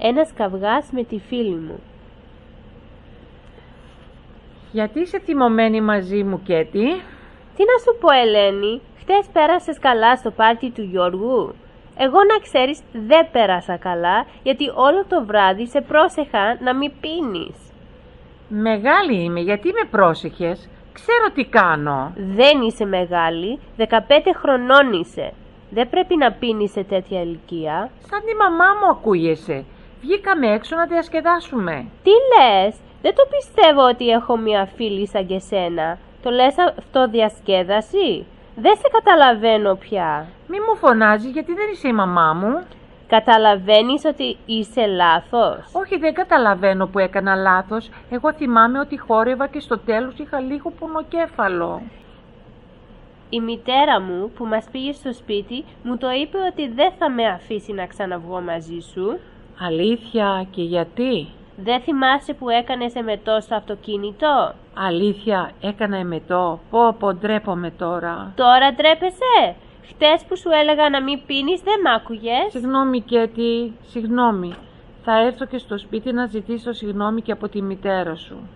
ένας καυγάς με τη φίλη μου. Γιατί είσαι θυμωμένη μαζί μου, Κέτι. Τι να σου πω Ελένη, χτες πέρασες καλά στο πάρτι του Γιώργου. Εγώ να ξέρεις δεν πέρασα καλά γιατί όλο το βράδυ σε πρόσεχα να μην πίνεις. Μεγάλη είμαι, γιατί με πρόσεχες. Ξέρω τι κάνω. Δεν είσαι μεγάλη, 15 χρονών είσαι. Δεν πρέπει να πίνεις σε τέτοια ηλικία. Σαν τη μαμά μου ακούγεσαι. Βγήκαμε έξω να διασκεδάσουμε. Τι λες, δεν το πιστεύω ότι έχω μια φίλη σαν και σένα. Το λες αυτό διασκέδαση. Δεν σε καταλαβαίνω πια. Μη μου φωνάζει γιατί δεν είσαι η μαμά μου. Καταλαβαίνεις ότι είσαι λάθος. Όχι, δεν καταλαβαίνω που έκανα λάθος. Εγώ θυμάμαι ότι χόρευα και στο τέλος είχα λίγο πουνοκέφαλο. Η μητέρα μου που μας πήγε στο σπίτι μου το είπε ότι δεν θα με αφήσει να ξαναβγώ μαζί σου. Αλήθεια και γιατί. Δεν θυμάσαι που έκανες εμετό στο αυτοκίνητο. Αλήθεια, έκανα εμετό. Πω πω, ντρέπομαι τώρα. Τώρα ντρέπεσαι. Χτες που σου έλεγα να μην πίνεις δεν μ' άκουγες. Συγγνώμη Κέτη, συγγνώμη. Θα έρθω και στο σπίτι να ζητήσω συγγνώμη και από τη μητέρα σου.